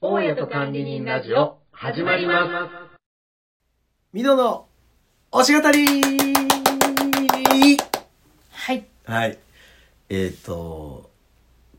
ト管理人ラジオ、始まります。ミノの推し語りはい。はい。えっ、と、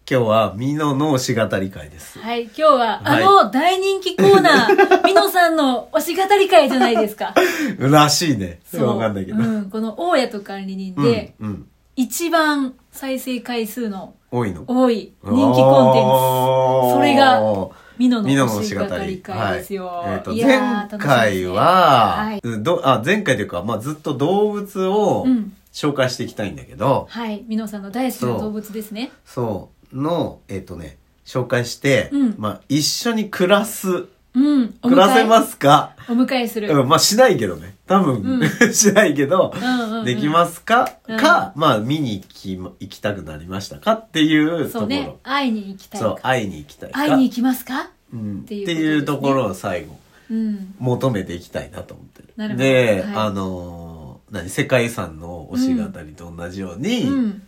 今日はミノの推し語り会です。はい。今日は、はいあの大人気コー ナー、みのさんの推し語り会じゃないですか。らしいね。わかんないけど。うん。この大家と管理人で、うん、うん。一番再生回数の多いの。多い人気コンテンツ。それが、おー、みののミノの推推しし語語りり会会ですよ。はいえっ、と、いや前ー回、楽しはみ、でうんどあ、前回というか、まあ、ずっと動物をうん紹介していきたいんだけど、すねはい。みのさんの大好きな動物ですね。そう、の、えっ、とね、紹介して、うんまあ、一緒に暮らす、うん。お暮らせ迎ますかえ、お迎えする。うん、まあしないけどね。多分、う しないけど、うんうんうんできますか、うんか、まあ見に行きま、行きたくなりましたかっていうとこそうろ。ね。会いに行きたいそかう、会いに行きたいか。会いに行きますかうん、っってていうことですねいうところを最後、うん。求めていきたいなと思ってる。なるほどで、はいあのー何世界遺産の推し語りと同じように、うん。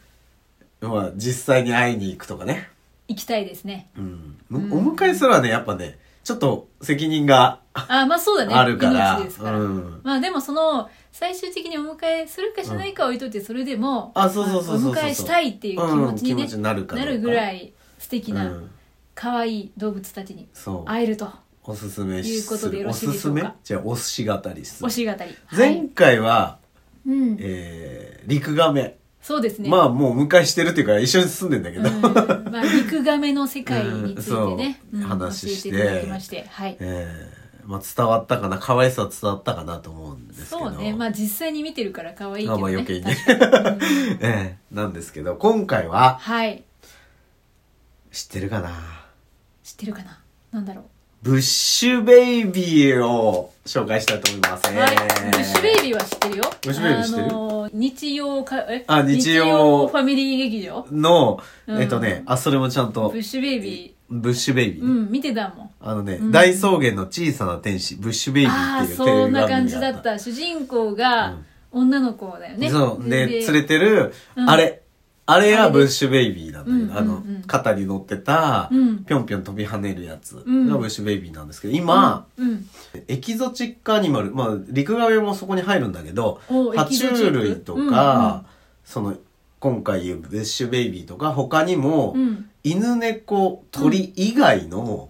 まあ実際に会いに行くとかね。行きたいですね。うん。お迎えするはね、やっぱね、ちょっと責任があ、まあそうだね。あるから。命ですから。うん。まあでもその、最終的にお迎えするかしないかは置いといて、それでも、あそうそうそうそうそうお迎えしたいっていう気持ちうに,、んね気持ちになるかどうかぐらい素敵う、なん可愛い動物たちにそう。会えると、おすすめいうことでよろしいでしょうおすすかめじゃあ、お寿司語りっす推。し語り。は前い回は、うん。えー、陸亀。そうですね。まあ、もう迎えしてるっていうか、一緒に住んでんだけど。うんまあ、陸亀の世界についてね、うんそう話して教えていただきまして、はい。 えー、まあ、伝わったかな、可愛さ伝わったかなと思うんですけど。そうね、まあ実際に見てるから可愛いけまあどね。まあ余計にね確かにうんえーなんですけど、今回は、はい。知ってるかな知ってるかななんだろう。ブッシュベイビーを紹介したいと思います。はいえー、ブッシュベイビーは知ってるよ。ブッシュベイビー知ってるあのー日曜か、えあ日曜ファミリー劇場の、うんえっとね、あ、それもちゃんとブッ、シュベイビブッシュベイビーー。う。ん、見てたもん。あのね、うん大草原の小さな天使、ブッシュベイビーあっあていー、うテレビ番組そんな感じだがあっ。た。主人公が女の子だよね。そう。で、連れて。てる、うんあれ、あれがブッシュベイビーなんだけど、うんあのうんうん、肩に乗ってた、うんぴょんぴょん飛び跳ねるやつがブうんッシュベイビーなんですけど、今、うん。エキゾチックアニマル、まあ、陸側もそこに入るんだけど、お爬虫類とか、エキゾチッその、今回言うブッシュベイビーとか、他にも、うんうん。犬、猫、鳥以外の、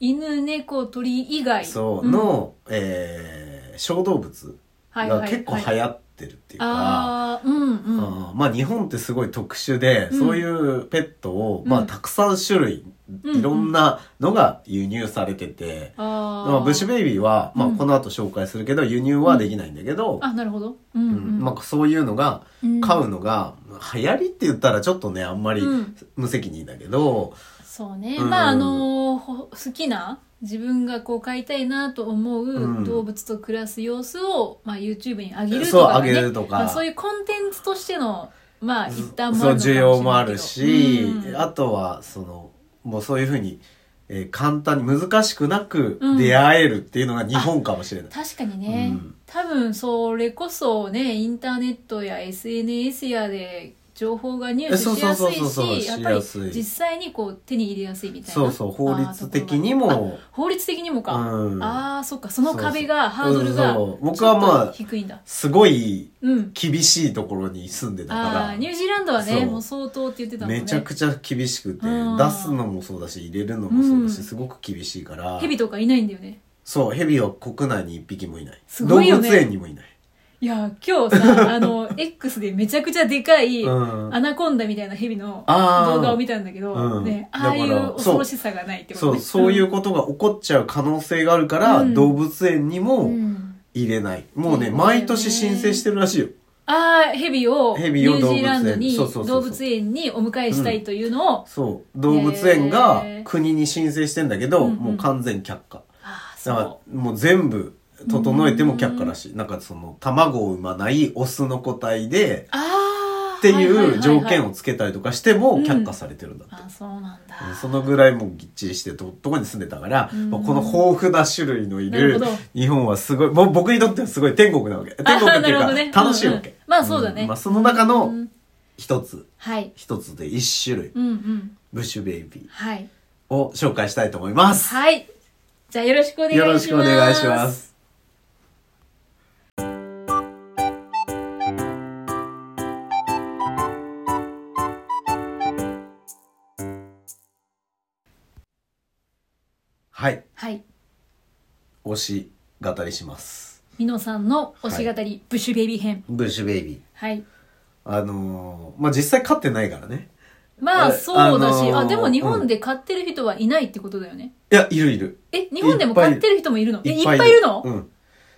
犬、猫、鳥以外。そう、ん、の、えー小動物はいはいがはい結構流行ってるっていうか、ああ、うんううん。んまあ日本ってすごい特殊で、うんそういうペットを、まあうんたくさん種類、うんいろんなのが輸入されてて、あまあ、あ。ブッシュベイビーは、まあうんこの後紹介するけど、輸入はできないんだけど、あ、なるほど。うん、ううんん。まあそういうのが、うん飼うのが、流行りって言ったらちょっとね、あんまりうん無責任だけど、そうね、うんまああのほ好きな自分がこう飼いたいなと思うんう動物と暮らす様子を、まあ、YouTube に上げるそうとか、ね上げるとかまあ、そういうコンテンツとしてのまあ一旦もそう需要もあるし、うんあとはそのもうそういうふうに、えー簡単に難しくなくうん出会えるっていうのが日本かもしれない、確かにね、うん多分それこそねインターネットや SNS やで情報が入手しやすいえそうそうそうそうそうしやっぱりしやすい実際にこう手に入れやすいみたいなそうそう法律的にあーところがもあ法律的にもか、うんああそっかその壁がそうそうハードルがそうそう僕はまあちょっと低いんだすごいうん厳しいところに住んでたあーニューかジーランドはそうねもう相当って言ってたらもんねめちゃくちゃ厳しくて、うん出すのもそうだし入れるのもそうだし、うんすごく厳しいから蛇とかいないんだよねそう蛇は国内に一匹もいないすごいよ動ね物園にもいない、いや今 日さあの X でめちゃくちゃでかい、うんアナコンダみたいな蛇のあー動画を見たんだけど、うんね、だからああいう恐ろしさがないってことそうねそういうことが起こっちゃう可能性があるから、うん動物園にも、うん入れない。もうね、そうだよね毎年申請してるらしいよ。ああ蛇をニュ蛇をージーランドに動物園そうそうそうそう動物園にお迎えしたいというのを、そう。動物園がへー国に申請してんだけど、うんうんもう完全却下。ああだからそ、もう全部整えても却下らしい。なんかその、卵を産まないオスの個体でう、ああっていう条件ををつけたりとかしてもうん却下されてるんだって。あそうなんだそのぐらいもうぎっちりしてと、どこに住んでたから、うんまあこの豊富な種類のいなるるほど日本はすごい、もう僕にとってはすごい天国なわけ。天国っていうあーなるほどねか、楽しいわうんけうん。まあそうだねんまあその中うのん一つ、はい一つで一種類。うんうんブッシュベイビはいーを紹介したいと思います。はいじゃあよろしくお願いします。よろしくお願いします。はい、はい。推し語りします。みのさんの推し語り、ブッシュベビー編。ブッシュベイビー。はい。あのーまあ、実際勝ってないからね。まあえそうだし、あ,、あのーでも日本で買ってる人はいないってことだよね。いや、いるいる。え、日本でも買ってる人もいるのえ、いっぱいいるの、うん。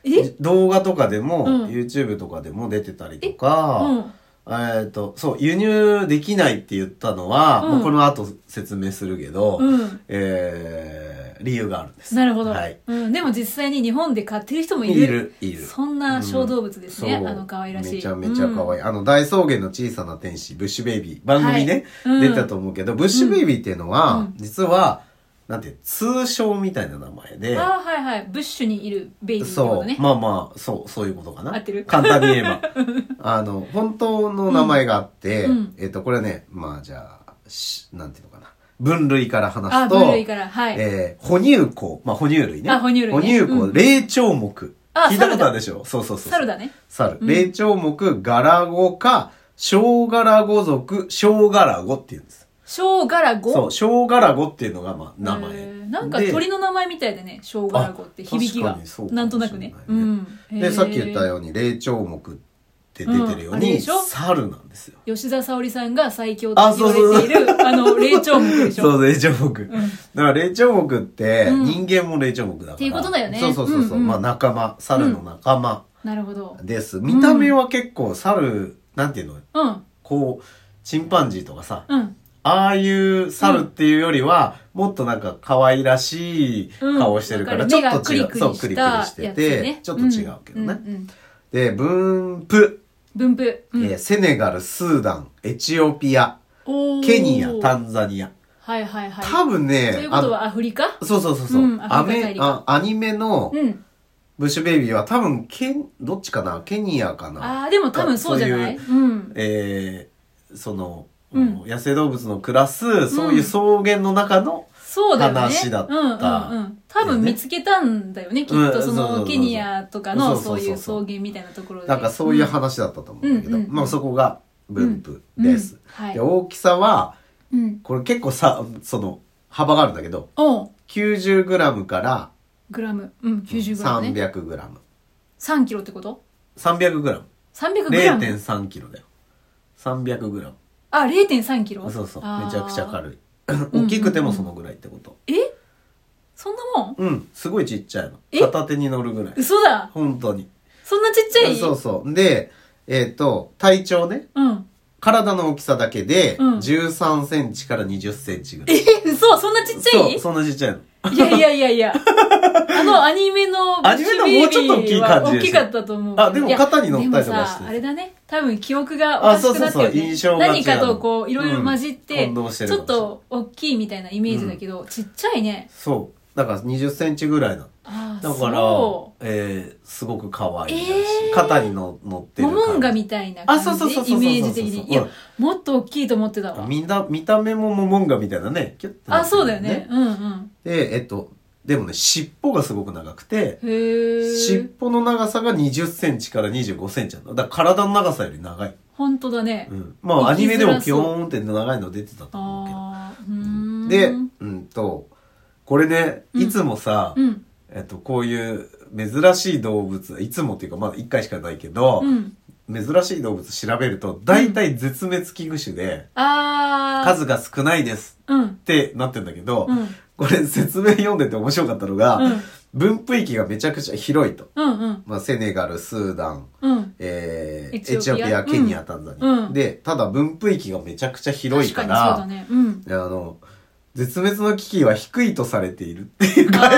え動画とかでも、うん YouTube とかでも出てたりとうか、ん。えっ、と、そう、輸入できないって言ったのは、うんまあこの後説明するけど、うん。えー、理由があるんです。なるほど、はい。うん。でも実際に日本で買ってる人もいいる。る、いる。そんな小動物ですね。そうあの可愛らしい。めちゃめちゃ可愛い、あの、大草原の小さな天使、ブッシュベイビー、番組ね、はいうん出たと思うけど、ブッシュベイビーっていうのは、うん実は、なんて、通称みたいな名前いで、ああ、はいはい。ブッシュにいるベイビーってことそう、ね。まあまあ、そう、そういうことかな。合ってる簡単に言え ば。あの、本当の名前があって、うんうんえっと、これね、まあじゃあ、しなんていうのかな。分類から話あすあ、と、分類から。はい。えー、哺乳綱、まあ、哺乳類ね。あ哺乳類ね哺乳綱、うん霊長目。あ聞いたことあるでしょそうそうそう。猿。だね。猿。うん霊長目、ガラゴか、小ガラゴ族、小ガラゴって言うんです。小ガラゴ。そう、小ガラゴっていうのが、まあ、名前へー。なんかで鳥の名前みたいでね、小ガラゴって響きあが確かにそう。かもなんとなくね。しうれないねん。へで、ーさっき言ったように、霊長目って出てるよううんあれに、でしょ猿なんですよ。吉田沙保里さんが最強とあ言そうわそうれている、あの、霊長目でしそょ。う、霊長目。だから、霊長目って、うん人間も霊長目だから。っていうことだよねそうそうそうそう。うんうんまあ、仲間、猿の仲間なるほど。です。見た目は結構、猿、なんていうのうん、こう、チンパンジーとかさ、うん。ああいう猿っていうよりは、もっとなんか可愛らしい顔してるから、うんちょわっかとる違目う。がそう、ククリリククリリししたてやつて、ねちょっと違うけどね。うんうんうんで、分布、分布。うんえーセネガル、スーダン、エチオピア、おーケニア、タンザニア。はいはいはい。多分ね、ということあはアフリカのそうそうそうそう、うんアアフリカ大メ陸あ、アニメのうん。ブッシュベイビーは多分ケン、どっちかなケニアかなああ、でも多分そうじゃないそううん。えー、その、うん野生動物の暮らす、そういう草原の中の、そうだよね。話だったうんうんうん。多分見つけたんだよね。きっとそうんそうそうそうそのうケニアとかそのそうそううそいううそ草う原みたいなところで。なんかそういう話だったと思うんだけど、うんうんうんまあそこが分布です。うんはいで大きさは、うん。これ結構さ、その、幅があるんだけど、おう 90g からグラム。うん、90グラムね。 300g。 3キロってこと 300g。 300グラム。 0.3kg だよ。300g。あ、0.3キロそうそう。あーめちゃくちゃ軽い。大きくてもそのぐらいってこと。えそんなもんうん、すごいちっちゃいの。え片手に乗るぐらい。嘘だ本当に。そんなちっちゃいそうそう。で、えっ、と、体長ね。うん。体の大きさだけで、うん13センチから20センチぐらい。え、嘘そんなちっちゃいそう、そんなちっちゃいの。いやいやいやいや。あのアニメの、アニメのもうちょっと大きい感じ大できすかったと思う。あでもいや肩に乗ったりとかでもしてさあれだね。多分記憶がおかしくなってあそうそうそうる、ね印象が違う何かとこう、いろいろ混じって、うん混同してるちょっと大きいみたいなイメージだけど、ちっちゃいね。そう。だから20センチぐらいなの。ああ、だからそ、えー、すごく可愛いらしい。えー肩にの乗ってう。るモ感じ。モンガみたいな感じあそうそうそうそうそうイメージ的に。いやうん、もっと大きいと思ってたわ。みんな、見た目もモモンガみたいなね。キュッてなあ、ってるそうだよね。。うんうん。で、えっと、でもね、尻尾がすごく長くて、へえ尻。尾の長さが20センチから25センチなの。だから体の長さより長い。本当だね。うん。まあ、アニメでも生きピづョらそうーンって長いの出てたと思うけど。ああ、うーん。で、うんと、これね、うんいつもさ、うん。えっと、こういう珍しい動物、いつもっていうかまだ一回しかないけど、うん。珍しい動物調べると、大体絶滅危惧種で、ああ。数が少ないですうん。ってなってんだけど、うん。これ説明読んでて面白かったのが、うん分布域がめちゃくちゃ広いと。うんうん。まあ、セネガル、スーダン、うん。えー、エチオピエチアオピア、ケニア、タンザニア。うんで、ただ分布域がめちゃくちゃ広いから、確かにそうだね。うん。あの、絶滅の危機は低いとされている っていうか、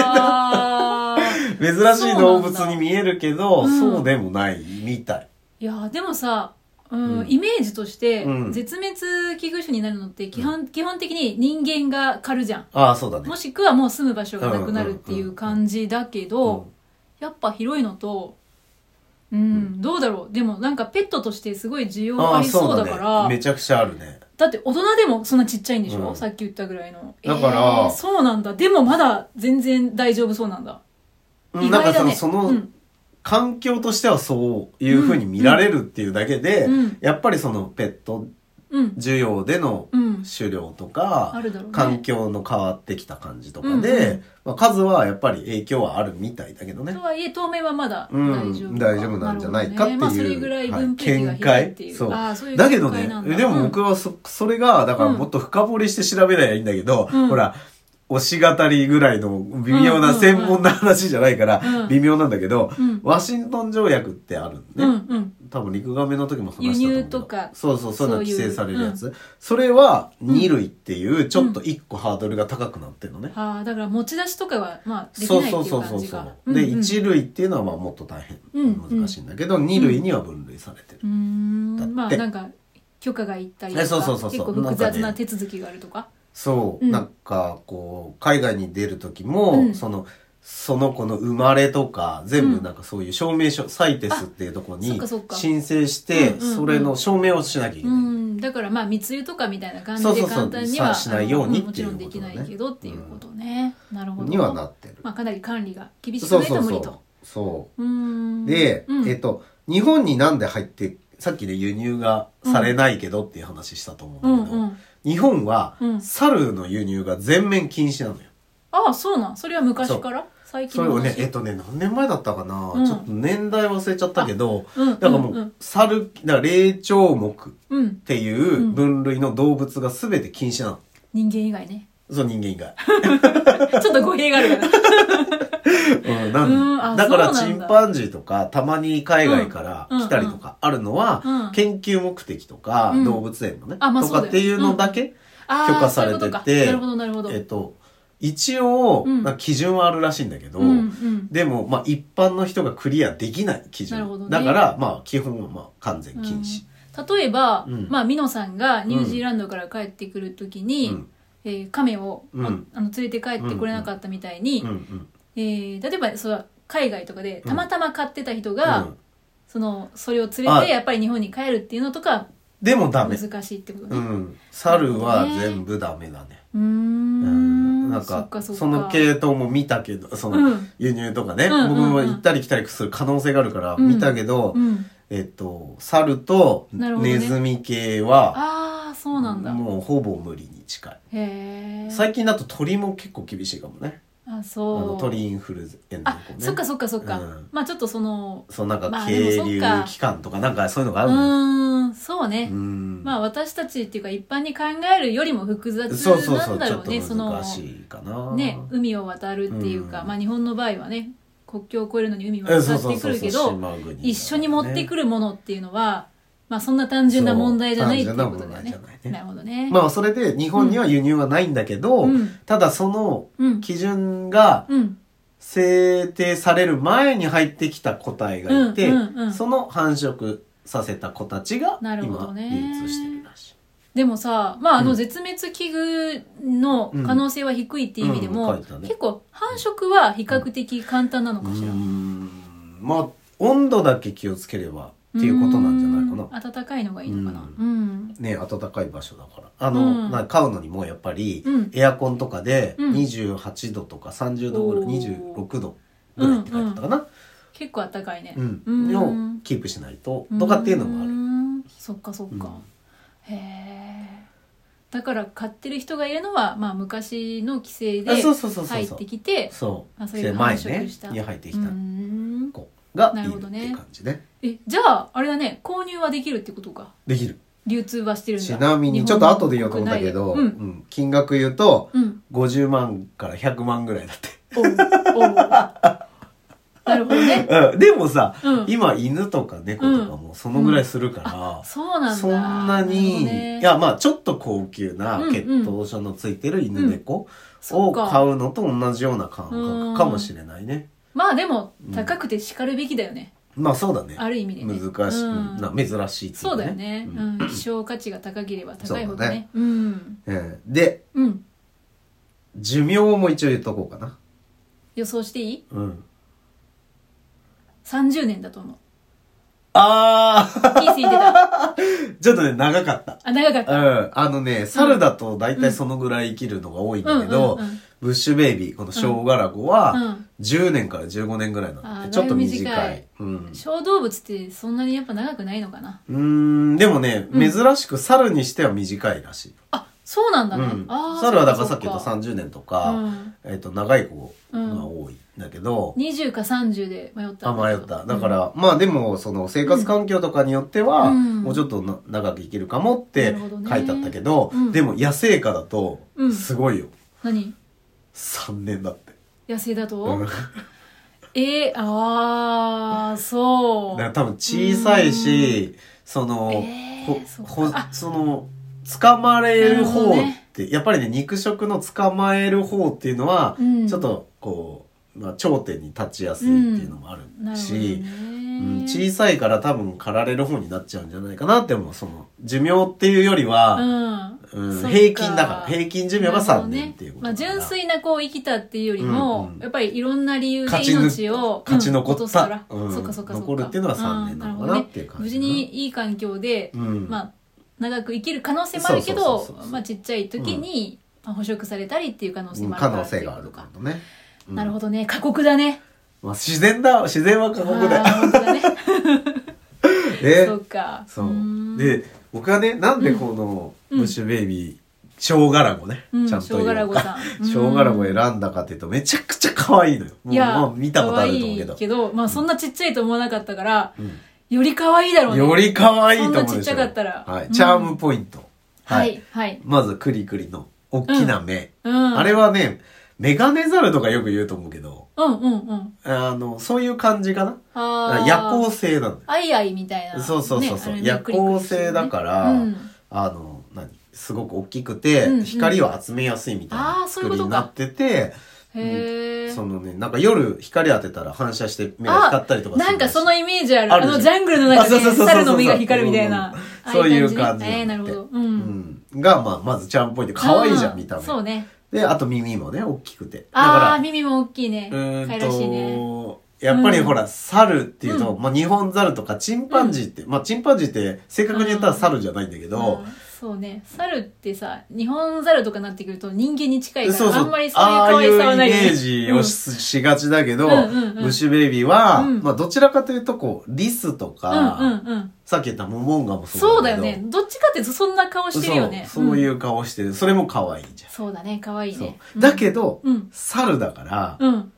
あー珍しい動物に見えるけど、そうなんそだうでもないみたい。いやーでもさ、うんうんイメージとして、うん絶滅危惧種になるのって基本,、基本的に人間が狩るじゃんああ、そうだねも。しくはもう住む場所がなくなるっていうんうんうんううん感じだけど、うんやっぱ広いのとうん、どうだろうでもなんかペットとしてすごい需要ああありそうそうだだからねめちゃくちゃあるねだって大人でもそんなちっちゃいんでしょ、うんさっき言ったぐらいのだからえーそうなんだでもまだ全然大丈夫そうなんだう意んなん外かだそのその、ねうん環境としてはそういうふうに見られるっていうだけで、うんやっぱりそのペットうん需要でのうん狩猟とあか、るだろうね環境の変わってきた感じとうかんで、うんまあ、数はやっぱり影響はあるみたいだけどねと。はいえ当面はまだ大うん丈夫か、大丈夫なんじゃないかっていうるほどねまあ、それぐらい分泌が広いっていう,、はい見解そうああそういうだけど見解ねなんだ、でも僕はそ、それが、だからうんもっと深掘りして調べりゃいいんだけど、うんほら、推し語りぐらいの微妙うんうんなうん専門な話じゃないからうん、微妙なんだけど、うんワシントン条約ってあるんうね。んうん多分陸亀の時も話したと思う輸んだ入とかそうそうそういうの規そうい制うされるやつそれは二類っていうちょっと一個ハードルが高くなってるのね、ああだから持ち出しとかはまあできそうないそっうていそううそ感うじそうか、でうんうん一類っていうのはまあもっと大変、うんうん難しいんだけど二類には分類されてる、うーだってんまあなんか許可がいったりとかえそうそうそうそう結構複雑な手続きがあるとかそう、うんなんかこう海外に出る時も、うんそのその子の生まれとか全う部んなんかそういう証明書、サイテスっていうところそっにかそっか申請して、うんうんうんそれの証明をしなきゃいけうない、んだからまあ密輸とかみたいな感じでそうそうそ簡う単にさはしないようにんもちろんってでいうこきとねないけどっていうことね、なるほどにはなってる、まあかなり管理が厳しくそうないそうと無そ理うとそううーんで、うんえっと、日本になんで入って、さっきで輸入がされないけどっていう話したと思ううんだんけど、うん日本はうん猿の輸入が全面禁止なのよ。ああそうなんそれは昔から最近それのを話ね、えっとね、何年前だったかな、うんちょっと年代忘れちゃったけど、うんうんだからもう、うん猿、だから霊長目っうんていう分類の動物が全て禁止なの。人間以外ね そう、人間以外。ちょっと語弊がある からうん、なんうんあだからそうなチんンだパンジーとかたまに海外からうん来たりとかあるのは、うん研究目的とか、うん動物園のね、あまあとそうだかよっていうのだけ、ああ許可されててそういうことかなるほどなるほどえっと一応、うんまあ基準はあるらしいんだけど、うんうんでも、まあ、一般の人がクリアできない基なるほど準、ねだから、まあ、基本は、まあ、完全禁止、例えば、うんまあ、ミノさんがニュージーランドから帰ってくるときに、うんえー亀を、あうんあの連れて帰ってこれなかったみたいに、うんうんえー例えばそう海外とかでうんたまたま買ってた人うが、んそのそれを連れあてやっぱり日本に帰るっていうのとかでもダメ、難しいってことうね。ん、猿は全部ダメだね、うーんうんなんそっかかそっかその系統も見たけどそのうん輸入とかね、うんうんうん僕も行ったり来たりする可能性があるからうん見たけど、うん、えっと猿となるほどねネズミ系は、ああそうなんだ。もうほぼ無理に近いへえ。最近だと鳥も結構厳しいかもねああそう。の鳥インフルエンザあとかねそっかそっかそっか。うんまあちょっとそのそうなんまあか渓でもそっ流か期間とかなんかそういうのがあうるのーんそうね。うんまあ私たちっていうか一般に考えるよりも複雑そうそうなそんうだちょろっうねとその難しいかなね海を渡るっていうか、うんまあ日本の場合はね国境を越えるのに海をえそう渡っそうてくそうるそけうど島国一緒に持ってくるるものっていうのは、まあそんな単純な問題じゃないっていうことだよねそう単純な問題じゃないねるほどね、まあそれで日本には輸入はないんだけど、うんただそのうん基準がうん制定される前に入ってきた個体がいて、うんうんうんその繁殖させた子たちがなるほど今ね流通してるらしい。でもさまああうのん絶滅危惧の可能性は低いっていう意味でも、うんうん書いてたね結構繁殖は比較的簡単なのうかしら、ーんまあ温度だけ気をつければっていうことなんじゃないかな。な暖かいのがいいのかなううんね暖かい場所だから。あの、うんな飼うのにもやっぱり、うんエアコンとかでうん28度とか30度ぐらい、おー26度ぐらいって書いてたかな。結構暖かいねうん。うんをキープしないと、とかっていうのもある。るそっかそっか、へえだから買ってる人がいるのは、まあ、昔の規制であそうそうそうそうそう入ってきてそう。あそういう前繁殖ねした、に入ってうきーたん子がないるるっほどてね感じね。えじゃああれだね購入はできるってことかできる。流通はしてるんだちなみに、ちょっと後で言おうと思ったけど、日本の国内うでん金額言うと、うん、うん50万から100万ぐらいだって。おうおうなるほど ねうんでもさ、うん今犬とか猫とかもそのぐらいするから、そうなんだそんなに、るほどねいやまあちょっと高級なうん血統書のついてる犬猫そをっか買うのと同じような感覚かもしれないね。まあでも高くてしかるべきだよね、まあそうだね。ある意味でね難しい、うんな珍しいっていそうだよね、ううんん、希少価値が高ければ高いほそうどだねねうんえーで、うん寿命も一応言っとこうかな。予想していいうん。 30年だと思うあピースいてた。ー ちょっとね、長かった。あ、長かっうた。ん。あのね、猿だと大体そのぐらい生きるのが多いんだけど、うんうんうんブッシュベイビー、この生姜ラゴうは、ん。 10年から15年ぐらいなんあで、ーちょっと短い。だいぶ短いうん。小動物ってそんなにやっぱ長くないのかな。うーん、でもね、うん珍しく猿にしては短いらしい。あ、そうなんうだね。んあー。猿はだからさっき言ったそか30年とそか、っかうんえっ、と、長い子が多いんだけど、 20か30で迷ったあ、んだ迷けっど。た。だから、まあでも、その生活環境とかによっては、うんもうちょっとな長く生きるかもってなるほどね書いてあったけど、うんでも野生下だとう、んすごいよ。うん。何3年だって。野生だと、うん えー、あー、そだうから。多分小さいし、その、えーほそっかほあその、捕まれる方っなてるほどね、やっぱりね、肉食の捕まえる方っていうのは、うんちょっとこう、まあ、頂点に立ちやすいっていうのもあるなるほどし、ね。うん、小さいから多分狩られる方になっちゃうんじゃないかなって思う。その、寿命っていうよりは、うんうんそっか平均だから、平均寿命が3年っていうことなだるからほどねまあ、純粋なこう生きたっていうよりも、うんうんやっぱりいろんな理由で勝ち抜命を勝ち残ったうん落とすから、うんそっかそっかそっか残るっていうのは3年なのかなうんるほどねっていう感じ無事にいい環境で、うんまあ、長く生きる可能性もあるけどそうそうそうそうまあ、ちっちゃい時に、まあ、捕食されたりっていう可能性うんもある可から能性があるかからね。うんなるほどね過酷だねまあ、自然だ、自然は過酷だよあー 本当だね ねそうかそうーんう。で、僕はね、なんでこの、うんムッシュベイビー、生姜ラゴね。うんちゃんと言う生姜ラゴさん うん生姜ラゴ選んだかっていうと、めちゃくちゃ可愛いのよ。もういや、まあ見たことあると思うけ可ど愛い。けど、まあそんなちっちゃいと思わなかったから、より可愛いだろうね。より可愛いと思うでしょ。そんなちっちゃかったらはうい。んチャームポイント。は。い、はい。まず、クリクリの、大きな目。うん。あれはね、メガネザルとかよく言うと思うけど、うんうんうん。あの、そういう感じかな。あ夜行性なのよ。アイアイみたいな。そうそうそうそう、ねあれね夜行性だから、うんあの何すごく大きくて、うんうん光を集めやすいみたいあなーそう作いうこりとかになっててへえ。そのねなんか夜光当てたら反射して目が光ったりとかすなるんかそのイメージある。ああるでしょのジャングルの中あそうそうそうそでう猿の目が光るみたいな。うんそういうああ感じねえー、なるほど。うん。んが、まあ、まずちゃんぽいって可愛いじゃんあー見た目そうね。であと耳もね大きくてだああ、か耳も大きいね。らうー可愛んらしいね。とやっぱりほら、猿っていうと、うまあ、日本猿とかチンパンジーって、まあ、チンパンジーって正確に言ったら猿じゃないんだけど、うんそうね猿ってさ日本猿とかなってくると人間に近いからそうそうあんまりそういう可愛さはないああよいうイメねージをし,、しがちだけど、うんうんうんブッシュベイビーは、うんまあどちらかというとこう、リスとうんか、うんうんうんさっき言ったモモンガもそうそうだよねどっちかっていうとそんな顔してるよねそうそういうんう顔してる。それも可愛いじゃん。そうだね可愛いそうねうんだけど、うん猿だから、うん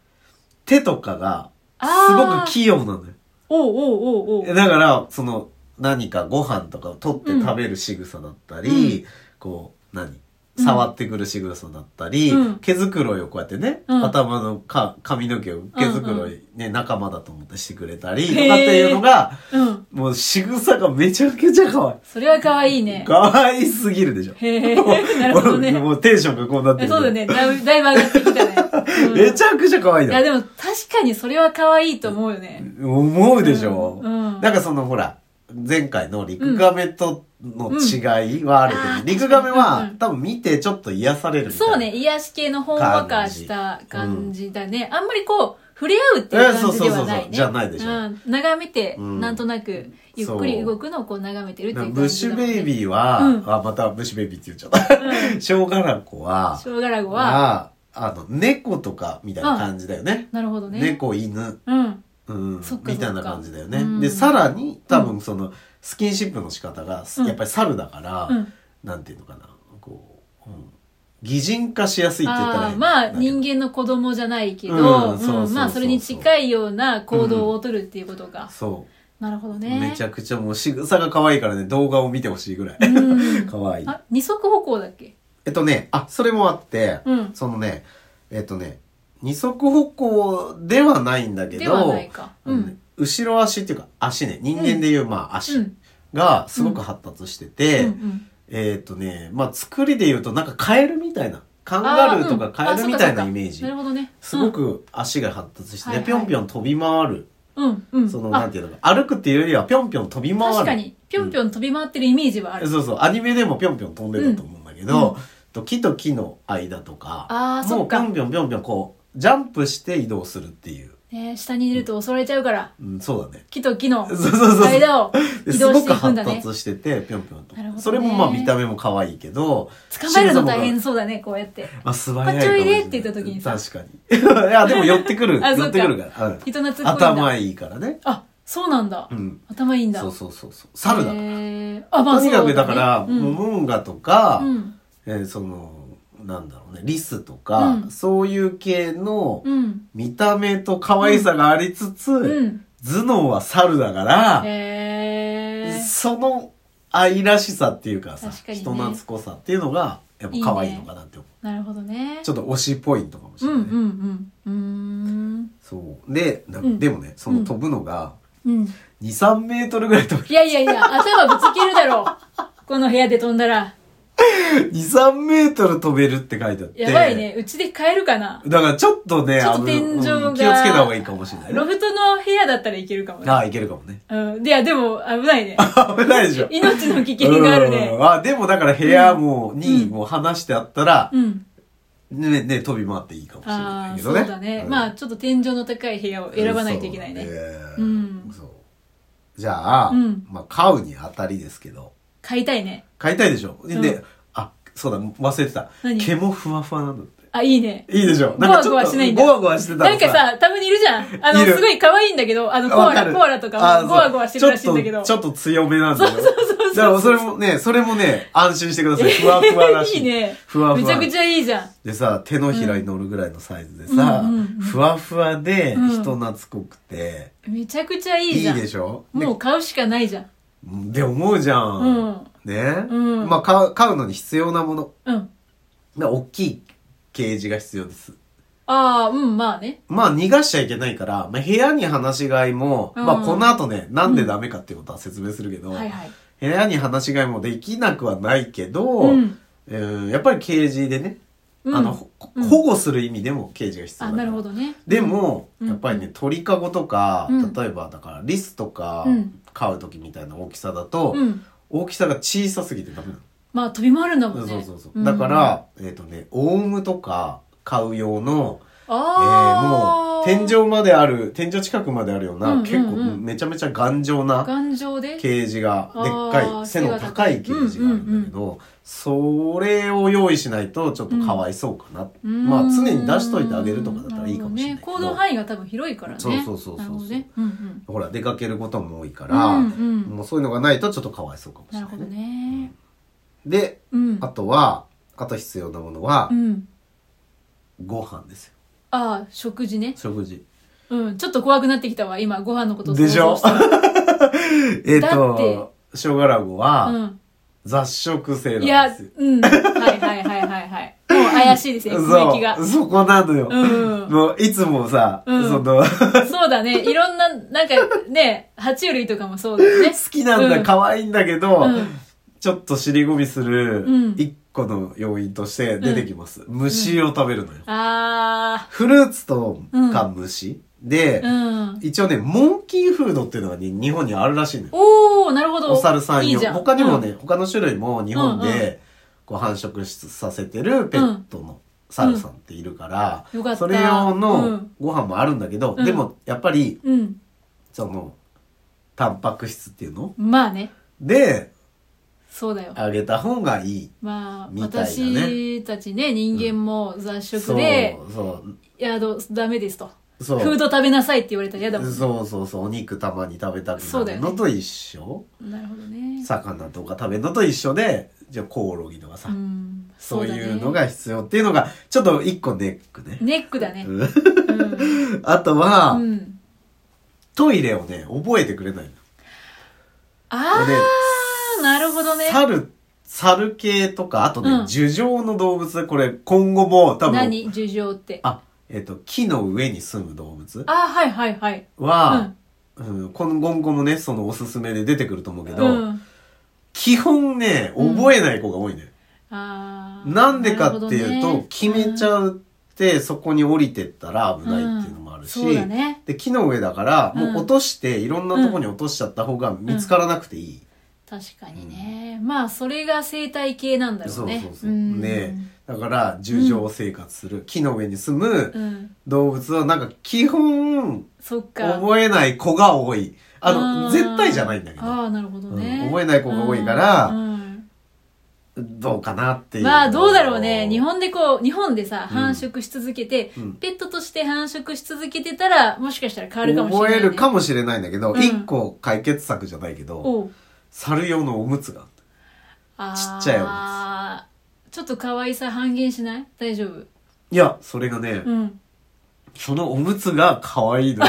手とかが、あーすごく器用なのよ。おうおうおうおうだから、その、何かご飯とかを取って食べる仕草だったり、こう、何触ってくる仕草だったり、うん毛づくろいをこうやってね、うん頭のか髪の毛を毛づくろい、ね、仲間だと思ってしてくれたりとへーかっていうのが、うんもう仕草がめちゃくちゃ可愛それは可愛いい。ね可愛すぎるでしょ。へえ なるほど ねもうもうテンションがこうなってえる。そうだねだいぶだいぶ上がってき たねうんめちゃくちゃ可愛いいのやでも確かにそれは可愛いと思うよね思うでしょ、うんうんなんかそのほら、前回の陸亀との違いはあるうんあーけど、陸亀うんはうん多分見てちょっと癒されるみたいな。そうね、癒し系のほんわかした感じだね。あんまりこう、触れ合うっていう感じえそうそうではないね。そうそうじゃないでしょうん、眺めて、うんなんとなく、ゆっくり動くのをこう眺めてるっていうな感じんだかブッシュベイー。ビーは、うんあ、またブッシュベイビーって言っちゃった。小ガラコは、ショウガラゴは、は、あの、猫とかみたいな感じだよね。なるほどね。猫、犬、うん。うんそっ、かみたいな感じだよね。そっかうんで、さらに、多分その、スキンシップの仕方が、うんやっぱり猿だから、うん。なんていうのかな、こう、うん擬人化しやすいって言ったらあいいーんだまあけど人間の子供じゃないけうんど、そうそうそううんまあそれに近いような行動をとるっていうことが。そなるほどう、ね。めちゃくちゃもう仕草が可愛いからね、動画を見てほしいぐらい。 うん可愛い。あ、二足歩行だっけえっとね、あ、それもあって、うんそのね、えっとね、二足歩行ではないんだけではどない、か。うん。後ろ足っていうか足ね、人間でいうまあう足んがすごく発達してうんうて、ん。えっとね、まあ作りで言うとなんかカエルみたいな、カンガルーとかカエルみたいなイメージあうんあそっかそっかなる。ほどね。すごく足が発達してはね、いはいぴょんぴょん飛び回る。うん、うん。その、あなんていうのか、歩くっていうよりはぴょんぴょん飛び回る。確かに、ぴょんぴょん飛び回ってるイメージはある。そうそう、アニメでもぴょんぴょん飛んでたと思うんだけど、うんと木と木の間とか、あーそもっうぴかょんぴょんぴょんぴょんこう、ジャンプして移動するっていう。ね、下に出ると襲われちゃうから、うん、そうだね。木と木 のそうそうそう間を移す動ごしてくいくんだ発ね。達してて、ぴょんぴょんとなるほど。ねそれもまあ見た目も可愛いけど、捕まえるの大シグ変サそうだね、こうやって。ムが。まあ、素早いパかッチもョイしれでないって言った時にさ確かに。 いや、でも寄ってくる。 あそっか寄ってくるから。うん人懐っこいんだ頭いいからね。あ、そうなんだ。うん。頭いいんだ。そうそうそうそう。猿だから。へーあ、まあ、とにかくだから、そうだねモモンガとか、うん。うん。えーその、なんだろうね、リスとか、うんそういう系のうん。見た目と可愛さがありつつ、うん。頭脳は猿だから、へえ。その愛らしさっていうかさ、確かにね人懐っこさっていうのが、やっぱ可愛いのかなって思う。なるほどね。ちょっと推しポイントかもしうれんなうい。んうん。そう。で、なんかうんでもね、その飛ぶのが、うーん。うん。 2、3メートルぐらい飛ぶ。いやいやいや、頭ぶつけるだろう。この部屋で飛んだら。 2、3メートル飛べるって書いてあって。やばいね。うちで買えるかな。だからちょっとね、ちょっと危天井がうん気をつけた方がいいかもしれないねロ。フトの部屋だったらいけるかもねあ。あ、いけるかもね。 うん。いや、でも危ないね。危ないでしょ。命の危険があるうね。んあ、でもだから部屋も、にうんもう離してあったら、うん。ね、ね、飛び回っていいかもしれあないあ、けそどうね。だね。うんまあ、ちょっと天井の高い部屋を選ばないといけないね。そううんそう。じゃあ、うんまあ、買うにあたりですけど、買いたいね。買いたいでしょ。で、うんあ、そうだ、忘れてた。何毛もふわふわなんだって。あ、いいね。いいでしょ。ゴワゴワしないんだゴワゴワしてたなんらか、さ、たまにいるじゃん。あの、いるすごい可愛いんだけど、あの、コアわかラ、るコアラとあかそもうゴワゴワしてるらしいんだけど。ちょっとちょっと強めなんだよ。だからそれもね、それもね、安心してください。ふわふわらしい。 いいね。ふわふわ。めちゃくちゃいいじゃん。でさ、手のひらに乗るぐらいのサイズでさ、うんうんうんうんふわふわでうん人懐っこくて、めちゃくちゃいいいじいゃん。でしょもう買うしかないじゃん。でで思うじゃん。うんね、うんまあ買う、買うのに必要なもの。うん。だ大きいケージが必要です。ああ、うん、まあね。まあ逃がしちゃいけないから、まあ、部屋に放し飼いも、うんまあこの後ね、なんでダメかってことは説明するけど、はいはい。部屋に放し飼いもできなくはないけど、うんえーやっぱりケージでね、うんあの、ほうん保護する意味でもケージが必要あ、だかならるほどね。でも、うんやっぱりね鳥かごとか、うん例えばだからリスとかうん飼う時みたいな大きさだと、うん。大きさが小さすぎてダメなまあ、飛び回るんだもの、んね。そうそうそう、んだか、らえっ、とねオウムとか飼う用の、えーもあうあ、天。井まである天井近くまであるような、うんうんうん結構めちゃめちゃ頑丈な頑丈で。ケージがあーでっかい背の高いケージがあるんだけど、それを用意しないとちょっとかわいそうかな、うーんまあ常に出しといてあげるとかだったらいいかもしれないるけどほどね、行動範囲が多分広いからね。そうそうそうそうなるほどね。うんうん。ほら、出かけることも多いから、うんうんもうそういうのがないとちょっとかわいそうかもしなれるないほね、どね。で、うんあ。とは、あと必要なものはう、ん。ご飯ですよ。ああ、食事ね。食事。うん。ちょっと怖くなってきたわ、今、ご飯のことでしょ想像したらえっ、だってと、ショガラゴは、うん。雑食性いなや、んですよ。うん。はいはいはいはいはい。もう怪しいですね、雰囲気がそう、。そこなのよ。うんもう、いつもさ、うんその、好そうだね。いろんな、なんかね、爬虫類とかもそうだよね。きなんだ、うん可愛いんだけど、うんちょっと尻込みするうん、一個の要因として出てきます。虫を食べるのよ。あフルーツとか虫、で、ー。うん。一応ね、モンキーフードっていうのがね、日本にあるらしいのよ。おー、なるほど。お猿さんいい用。じゃん他にもね、。他の種類も日本うんうでこう繁殖しさせてるペットの猿さんっているから、うんよかったそれ用うのんご飯もあるんだけど、うんでもやっぱり、うん。その、タンパク質っていうのうんまあね。で、そうだよ。あげた方がいい。まあ、みたいなね私たちね、人間も雑そ食うで、、そう、いや、どうダメですと。そフう。ード食べなさいって言われたら嫌だもん。そうそうそう、お肉たまに食べたくそうなだよるねのと一緒、なるほどね。魚とか食べるのと一緒で、じゃあコオロギとかさ、うん。そうだねいうの。が必要っていうのが、ちょっと一個ネックね。ネックだね。うんうん。あとは、うん。トイレをね、覚えてくれないの。あでー、なるほどね。猿、猿系とか、あとね、うん樹状の動物、これ今後も多分、何樹状って。あ、えっ、と、木の上に住む動物あー、はいはいはい。は、うん今後もね、そのおすすめで出てくると思うけど、うん。基本ね、覚えない子が多いね。あーなんでかっていうなると、ほどね決めちゃうって、そこに降りてったら危ないっていうのもあるし、うんそうだね。で木の上だから、うんもう落としていろんなとこに落としちゃった方が見つからなくていい、確かにね。まあ、それが生態系なんだろうね。そうそうそう、んでだから樹上生活する、木の上に住むうん、動物はなんか基本そっか覚えない子が多いあのあー絶対じゃないんだけあどあなるほどね、うん覚えない子が多いからうんうんどうかなっていうまあどうだろうね日本でこう日本でさうん繁殖し続けて、うんペットとして繁殖し続けてたらもしかしたら変わるかもしれない、覚ね、えるかもしれないんだけど、うん一個解決策じゃないけどおう猿用のおむつがあーちっちゃいおちょっと可愛さ半減しない大丈夫いやそれがね、うんそのおむつが可愛いの。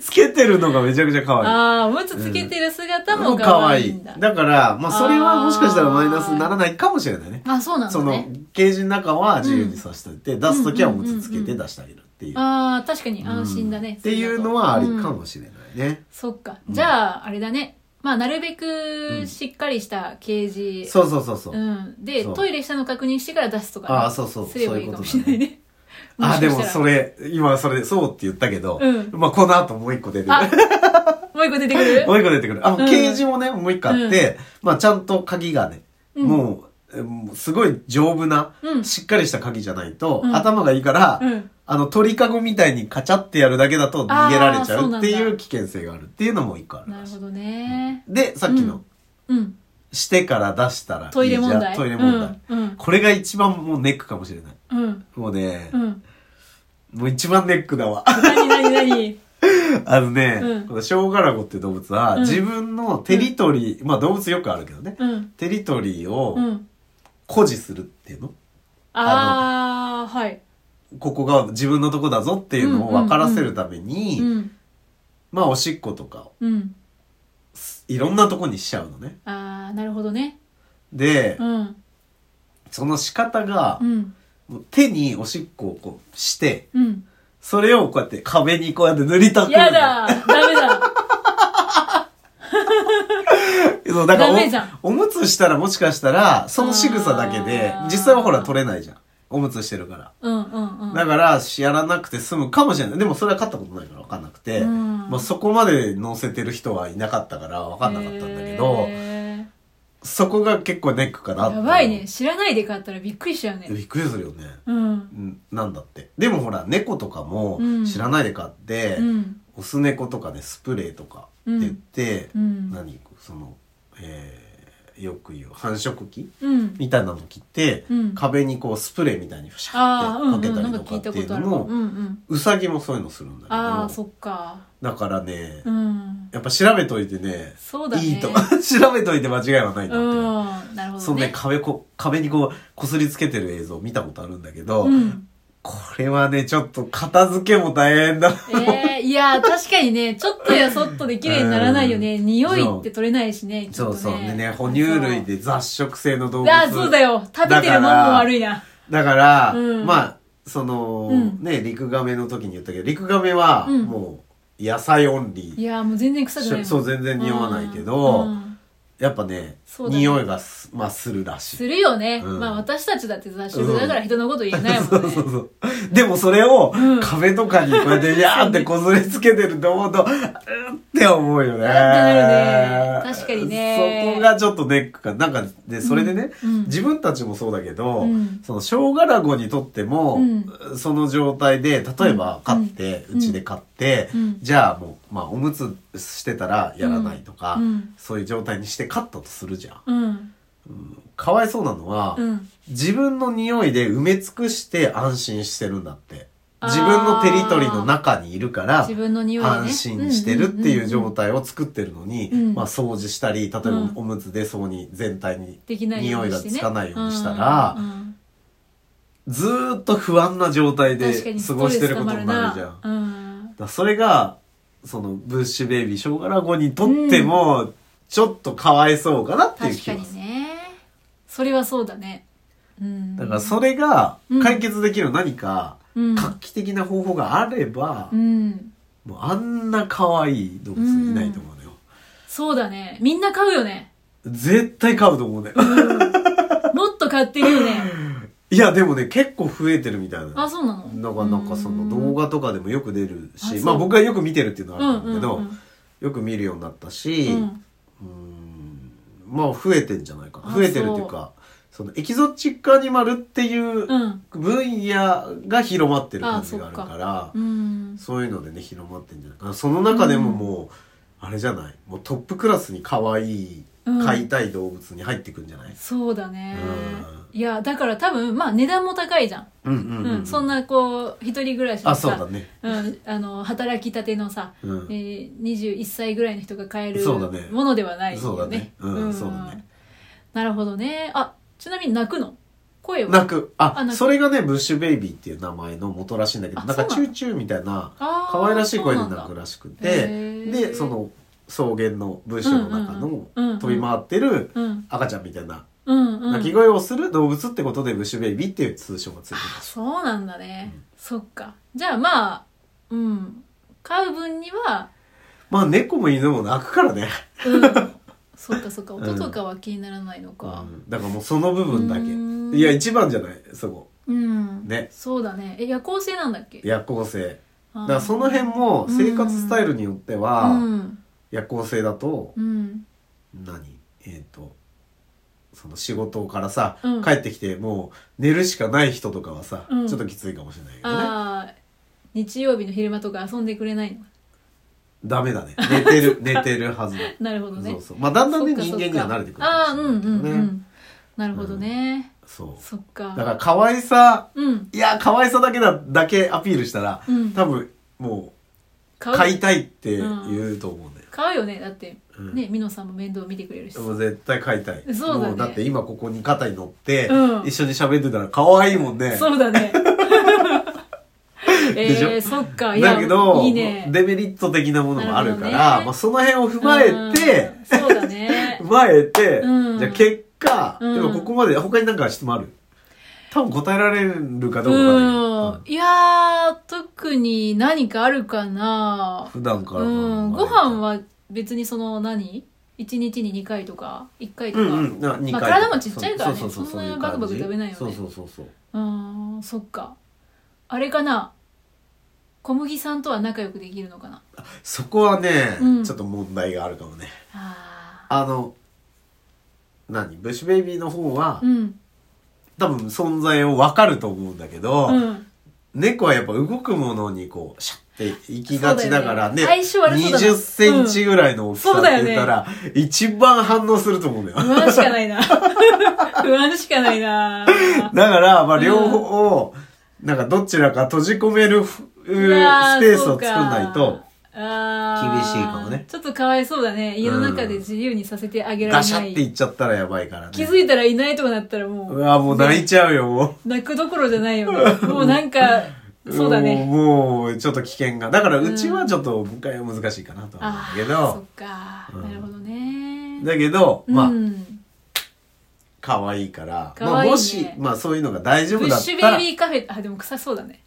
つけてるのがめちゃくちゃ可愛い。ああおむつつけてる姿ももう可可愛愛いいんだ、だから、まあそれはもしかしたらマイナスにならないかもしれないね。あそうなんだそのねケージの中は自由にさせておいて、出すときはおむつつけうんうんうんてうん出してあげるっていう。ああ確かに安心だね、うんっていうのはありかうんもしれないね。そっか、うんじゃああれだねまあなるべうくんしっかりしたケージ、そうそうそうそう。うん、でそうトイレしたの確認してから出すとかね、ああ、そうそう、そすうればいいいうかこもとしれだないね。ね。あ、でもそれ。れ、今それ、そうって言ったけどうん、まあこの後もう一個出てくるあ。もう一個出てくる もう一個出てくる。あ、うんケージもね、もう一個あって、まあちゃんと鍵がね、うんもうえー、もうすごい丈夫な、うんしっかりした鍵じゃないと、うん頭がいいから、うん。あの鳥かごみたいにカチャってやるだけだと逃げられちゃあーそううなっんだていう危険性があるっていうのも一個あるならるしいほどね。で、さっきの、うんうん。してから出したらいいじゃん、トイレ問題。トイレ問題。うん。うんこれが一番もうネックかもしれない。うん。もうねう、ん。もう一番ネックだわ。 何何何あのね、うんこのショウガラゴっていう動物は、うん自分のテリトリー、まあ動物よくあるけどね、うん。テリトリーをうん。誇示するっていうの、ああ、はい。ここが自分のとこだぞっていうのを分からせるために、うん。まあおしっことかをうん。いろんなとこにしちゃうのね。ああ、なるほどね。で、うん。その仕方がう、ん。もう手におしっこをこうして、うん。それをこうやって壁にこうやって塗りたくるのやだダメだそうだかダメじゃらんおおむつしたらもしかしたら、その仕草だけであー、実際はほら取れないじゃん。おむつしてるから。うんうんうん。だから、やらなくて済むかもしれない。でもそれは勝ったことないから分かんなくて、うんまあそこまで乗せてる人はいなかったから分かんなかったんだけど、へそこが結構ネックかなーってやばいね。知らないで買ったらびっくりしちゃうね。びっくりするよね。うん。うんなんだって。でもほら、猫とかもうん知らないで飼って、うん。オス猫とかね、スプレーとかって言って、うん。何その、えーよく言う繁殖期うん。みたいなの切って、うん壁にこうスプレーみたいにふしあゃあ、っうん、てうかけん、たなんりとか聞かいってたいこうとのあるわ。も、うんうん。うさぎもそういうのするんだけああ、そど、っか。だからね、うん。やっぱ調べといてね、そうだね。いいと。 調べといて間違いはないなうって。ん。なるほそどのねね。壁こ、壁にこう、こすりつけてる映像見たことあるんだけど、うん。これはね、ちょっと片付けも大変だな。ええいやー、確かにね、ちょっとやそっとで綺麗にならないよね。匂いって取れないしね。きっそとうそう。でね、哺乳類。で雑食性の動そう物。ああ、そうだよ。食べてるもんも悪いな。だから、うんまあ、その、うんね、リクガメの時に言ったけど、リクガメは、うんもう、野菜オンリーい。やー、もう全然臭くないもん。そう、全然匂わないけど、うんうんやっぱね、そうだね匂いがす、まあ、するらしい。するよね。うんまあ私たちだって雑誌だから人のこと言えな いそもんうねそ。うそう。でもそれをうん、壁とかにこうやって、やーってこずりつけてると思うと、うーって思うよね。なるね確かにねそこがちょっとネックか。なんか、で、それでね、うんうん自分たちもそうだけど、うんその、生姜ラゴにとっても、うその状態で、例えば、飼って、うんうち、で飼って、うんじゃあもう、まあ、おむつしてたらやらないとか、うんうんそういう状態にして飼ったとするじゃん。うん。かわいそうなのは、うん。自分の匂いで埋め尽くして安心してるんだって。自分のテリトリーの中にいるから自、分の匂いでね。安心してるっていう状態。態を作ってるのに、うんまあ掃除したり、例えばうんおむつでそうに全体にできないよ匂ういにがしてねつかないようにしたら、うんうんずーっと不安な状態で確かに過ストごレしスてることになるじゃん。溜まなだからそれが、そのブッシュベイビー、ショウガラゴにとっても、ちょっとかわいそうかなってういん、う確気かがすにる。ねそれはそうだねうんだからそれが解決できる何か、うん画期的な方法があれば、うんもうあんな可愛い動物いないと思うのよ。そうだねみんな買うよね絶対飼うと思うね。 もっと買ってるよねいや、でもね、結構増えてるみたいな。あそうなのなんか、なんかその動画とかでもよく出るあそし、うまあ僕がよく見てるっていうのうんはあるんだけど、うんよく見るようになったし、うんううんんまあ増えてんじゃないかな。あ増えてるっていうか、そのエキゾチックアニマルっていううん分野が広まってる感じがあるから、うんそういうのでね広まってんじゃないかなその中でももう、あれじゃないもうトップクラスに可愛いうん飼いたい動物に入ってくんじゃない、そうだねいやだから多分まあ値段も高いじゃん、うん、うんうん、うんそんなこう一人暮らしのあそうさだねうん、あの働きたてのさ、うんえー、21歳ぐらいの人が買えるそうだねものではないよそうだねうんそうだねなるほどねあちなみに泣くの声は泣くああ泣くそれがねブッシュベイビーっていう名前の元らしいんだけどあなんかそうなチのューチューみたいなあー可愛らしい声でそうなんだ泣くらしくへてーでその草原のブッシュの中のうんうんうん飛び回ってるうん赤ちゃんみたいなうんうん鳴き声をする動物ってことでブッシュベイビーっていう通称がついてるあそうなんだね、そっかじゃあまあうん飼う分にはまあ猫も犬も泣くからねうん そっかそっかん音とかは気にならないのかうんだからもうその部分だうーんけいや一番じゃないそこうん、ねそうだねえ夜行性なんだっけ夜行性だだからその辺も生活スタイルによってうはん夜行性だとうん何えっとその仕事からさうん帰ってきてもう寝るしかない人とかはさうんちょっときついかもしれないけどねああ日曜日の昼間とか遊んでくれないのダメだね寝 てる寝てるはずだなるほどねそうそうまあだんだんねそっかそ人っか間には慣れてくるああかうもんしうんれないけどうねんなるほどね、そうそっかだから可愛さうんいや可愛さだけだだけアピールしたらうん多分もう買う買いたいって言うと思うんだよ買うよねだってうんねミノさんも面倒見てくれるしもう絶対買いたいそうだねもうだって今ここに肩に乗って、うん一緒に喋ってたら可愛いもんねそうだねえ でしょー、そっかいやだけどいいねデメリット的なものもあるかなるほらどねまあ、その辺を踏まえてうん、そうだね踏まえて、うんじゃあ結果、うんでもここまで他になんか質問ある多分答えられるかどうかわかんないけどうんいやー特に何かあるかな普段からうのんまあご飯は別にその何一日に2回とか1回とうかんうんな二回まあ体もちっちゃいからねうううそんなういうバクバ感クじ食べないよねそうそうそうそううんそっかあれかな小麦さんとは仲良くできるのかなそこはね、うんちょっと問題があるかもねああの何ブッシュベイビーの方は、ーうん多分存在を分かると思うんだけど、うん猫はやっぱ動くものにこうシャッて行きがちだからねそうだよね相性悪そうだな20センチぐらいの大きさって言ったら、一番反応すると思うんだよ、不安しかない な不安しかないなだからまあ両方をなんかどちらか閉じ込めるふスペうわースを作んないそうとかあー厳しいかもねちょっとかわいそうだね家の中で自由にさせてあげらガれシなャい、っていっちゃったらやばいからね気づいたらいないとかなったらもううわもう泣いちゃうよも泣くどころじゃないよねもうなんかうそうだねもうもうちょっと危険がだからうちはちょっと迎えは難しいかなとは思ああうんだけそっど、か、うんなるほどねだけどまあ、うん、可愛いから、可愛いねまあ、もし、まあ、そういうのが大丈ブ夫ッだっシュたらベイビーカフェあでも臭そう だね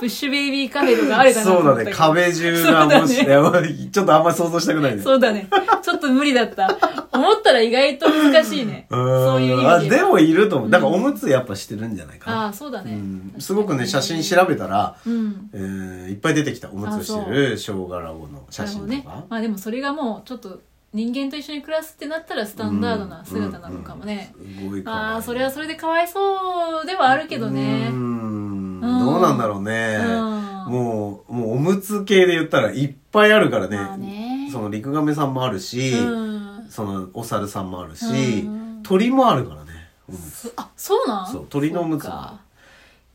ブッシュベイビーカフェとかあるかなとそう思っだたけねど壁中がもし、そうね、ちょっと あんま想像したくないねそうだねちょっと無理だった思ったら意外と難しいねうーんそういう意あ味ででもいると思うだからおむつやっぱしてるんじゃないかあな、あそうだうね、ん、すごくね写真調べたら、うんえーいっぱい出てきたおむつをしてる小柄王の写真となるほどかね、まあでもそれがもうちょっと人間と一緒に暮らすってなったらスタンダードな姿なのかもね、うんうんすごい可愛いああそれはそれでかわいそうではあるけどねうーんうんどうなんだろうね、うんもうもうおむつ系で言ったらいっぱいあるからね,、まあねそのリクガメさんもあるし、うんそのお猿さんもあるし、うん鳥もあるからね、うんそあそうなんそう鳥のおむつそうか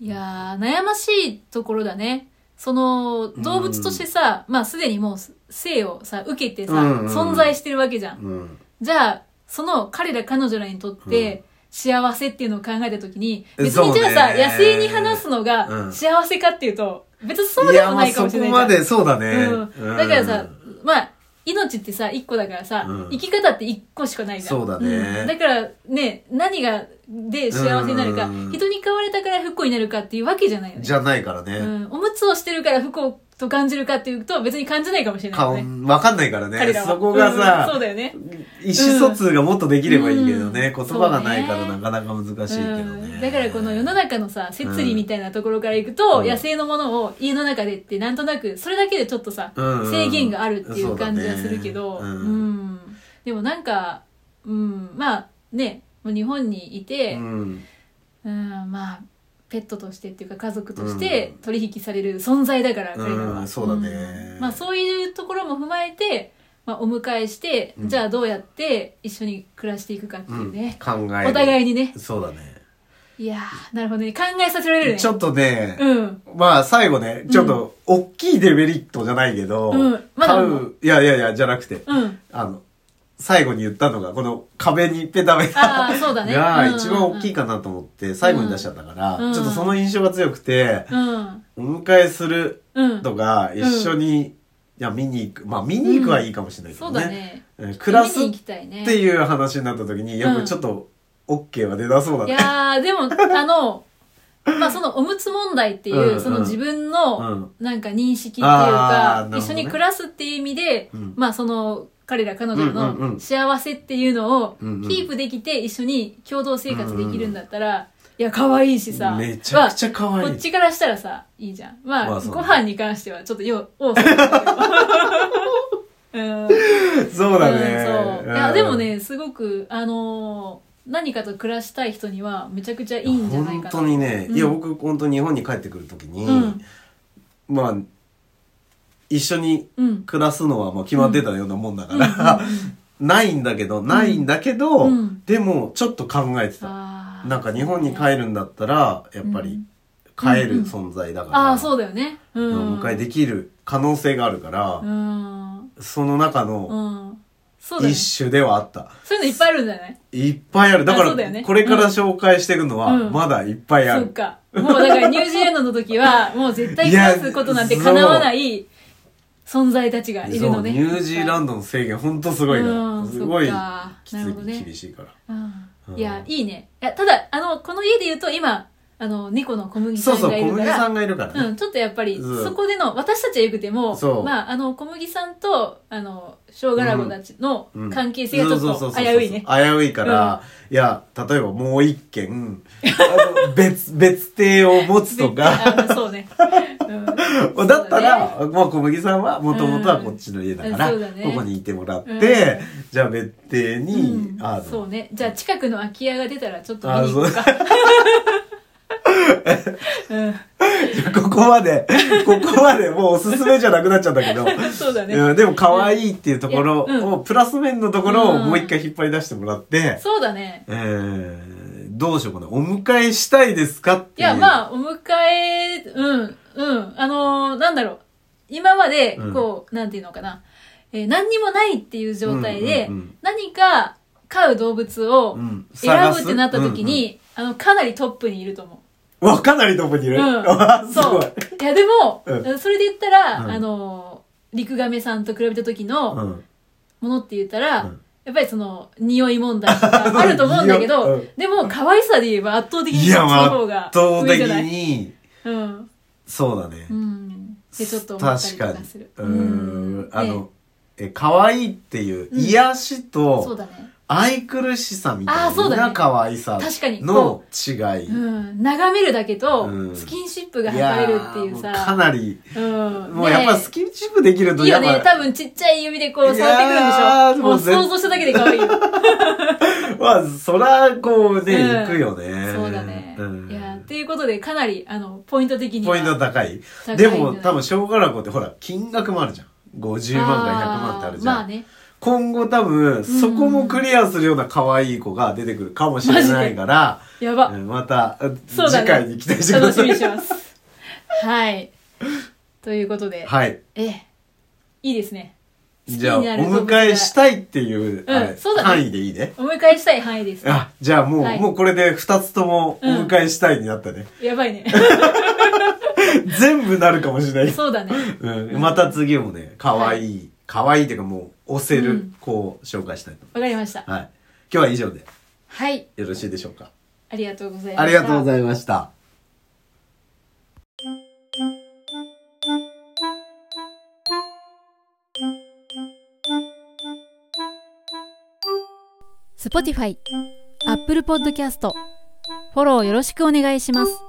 いやー悩ましいところだねその動物としてさ、まあすでにもう生をさ受けてさ、うんうん存在してるわけじゃん、うん、じゃあその彼ら彼女らにとって、幸せっていうのを考えた時に別そうにねじゃあさ、野生に話すのうがん幸せかっていうと、別にそうでもないかもしれないやじゃんまあそこまでそうだね、うん、だからさ、まあ命ってさ1個だからさ、うん生き方って1個しかないじゃんそうだねんだからね何がで幸せになるか、うん人に飼われたから不幸になるかっていうわけじゃないよねじゃないからね、うん、おむつをしてるから不幸と感じるかっていうと別に感じないかもしれない顔よねわかんないから彼ねらはそこがうんそうさ、だよね意思疎通がもっとできればいいけどね、うん言葉がないからそうなねかなか難しいけどね、うんだからこの世の中のさ摂理みたいなところからいくうと、ん野生のものを家の中でってなんとなくそれだけでちょっとさ、うんうん制限があるっていう感じはするけど、そうだねうんうんでもなんか、うん、まあねもう日本にいて、うんうんまあペットとしてっていうか家族として取引される存在だから、うん彼らは、うんそうだねまあ、そういうところも踏まえて、まあ、お迎えして、うんじゃあどうやって一緒に暮らしていくかっていうね、考えるお互いにねそうだねいやーなるほどね考えさせられるねちょっとね、うんまあ最後ねちょっと大きいデメリットじゃないけど、うんまだ買ういやいやいやじゃなくて、うんあの最後に言ったのがこの壁にペタペあタあそうだねがうん一番大きいかなと思って最後に出しちゃったから、うんちょっとその印象が強くて、うんお迎えするうんとか一緒に、いや見に行くまあ見に行くはいいかもしれないけそどうね,だうん、ね暮らす見にっ行きたいねていう話になった時にやっぱりちょっと OK は出なそうだいね、やーでもあの まあそのおむつ問題っていうう、んそうのん自分うのんなんか認識っていうかあ、ーなるほ一緒どねに暮らすっていう意味で、うんまあその彼ら彼女うんうんうのん幸せっていうのをキうんうんープできて一緒に共同生活できるんだったら、いや可愛いしさめちゃくちゃ可まあ愛こっいちからしたらさいいじゃんまあ、まあそうご飯に関してはちょっとよう多そ うだけどうん そうだね、うんそういやうんでもねすごくあのー何かと暮らしたい人にはめちゃくちゃいいんじゃないかな本当にね、いやうん僕本当に日本に帰ってくる時に、うんまあ一緒にうん暮らすのはまあ決まってたようなもんだから、 ないんだけどないんだけど、うんでもちょっと考えてた、あーなんか日本に帰るんだったらやっぱり帰うんうんる存在だから、ああそうだよねうんお迎えできる可能性があるから、うんその中うのんそうだよね一種ではあった、そういうのいっぱいあるんじゃないいっぱいあるだかあそらうだよねこれから紹介していくのはうんまだいっぱいある、そうかもうだからニュージーランドの時 はもう絶対いや暮らすことなんてかなわない存在たちがいるそのうねニュージーランドの制限ほんとすごいかうらんすごいそっかきつなるほどねい厳しいからうんうんいやいいねいやただあのこの家で言うと今あの猫の小麦そうさんそうがい小るか麦らさんがいるからうねん、ちょっとやっぱり、うんそこでの、私たちはよくてもそ、うまあ、あの、小麦さんと、あの、小ガラゴたちのうん関係性がちょっそうそうとそ危うそうういね。危ういから、いや例えばもう一軒あの 別別邸を持つとか絶対あそう ね。うんだった、そうら、まあ、小麦さんはもともとはこっちの家だから、うんそうだねここにいてもらって、うんじゃあ別邸だねに、うんあのそうね。じゃあ、近くの空き家が出たら、ちょっとあ見に行そこううか。 う ここまで、ここまでもうおすすめじゃなくなっちゃったけど。ん、そうだね。うんでも可愛いっていうところうんを、プラス面のところうをんもう一回引っ張り出してもらって、そうだね。えー、どうしようかな。お迎えしたいですかっていいう。や、まあ、お迎え、うん、うん、あのーなんだろう。今まで、こう、なんていうのかな。えー何にもないっていう状態で、うんうんうん何か飼う動物をうん選探ぶすってなった時に、あの、かなりトップにいると思。あ。わ、かなりトップにいうる。 わうん。すごい。。いや、でも、うんそれで言ったら、うんあのー、リクガメさんと比べた時の うんものって言ったら、うんやっぱりその、匂い問題とかあると思うんだけど、匂いうんでも、可愛さで言えば圧倒的にいそっや、ちのま方あが圧倒上的じゃない。に、うん。そうだねう。ん。で、ちょっと思ったり確とかかにする。。うーん。あねの、え、可愛いっていう、癒しそうと、だね。愛くるしさみあたーそういだねな可愛さ確かにの違い。うん。眺めるだけとう、んスキンシップが測れるってやーいうもうかさ。なり、うん。もうやっぱスキンシップできるねといいやよっぱね。多分ちっちゃい指でこう触ってくるんでしいやょ。ーももうう全想像しただけで可愛いよ。 まあそらこうね、うんいくよねそうだねうん。いやー、ということで、かなり、あの、ポイント的には。ポイント高い高いんじでゃないも多分小学校ってほら金額もあるじゃん50万から100万ってあるじゃん、まあね。今後多分そこもクリアするような可愛い子が出てくるかもしれないから、やば。うんまた、そう次だね回に期待してく楽だしさみいにしてます。はい。ということで、はいええ、いいですね。じゃあお好きになる動物迎えしたいっていう、うんはいそうだね範囲でいいねお迎えしたい範囲です。あじゃあもう、はいもうこれで2つともお迎えしたいになったね、 やばいね。全部なるかもしれない。そうだね。うん、また次もね、可愛い、可愛いっていうかもう、押せうるん子を紹介したいと思わかりましたい。ます。はい。今日は以上ではい。よろしいでしょうか。ありがとうございました。ありがとうございました。 Spotify、Apple Podcast、フォローよろしくお願いします。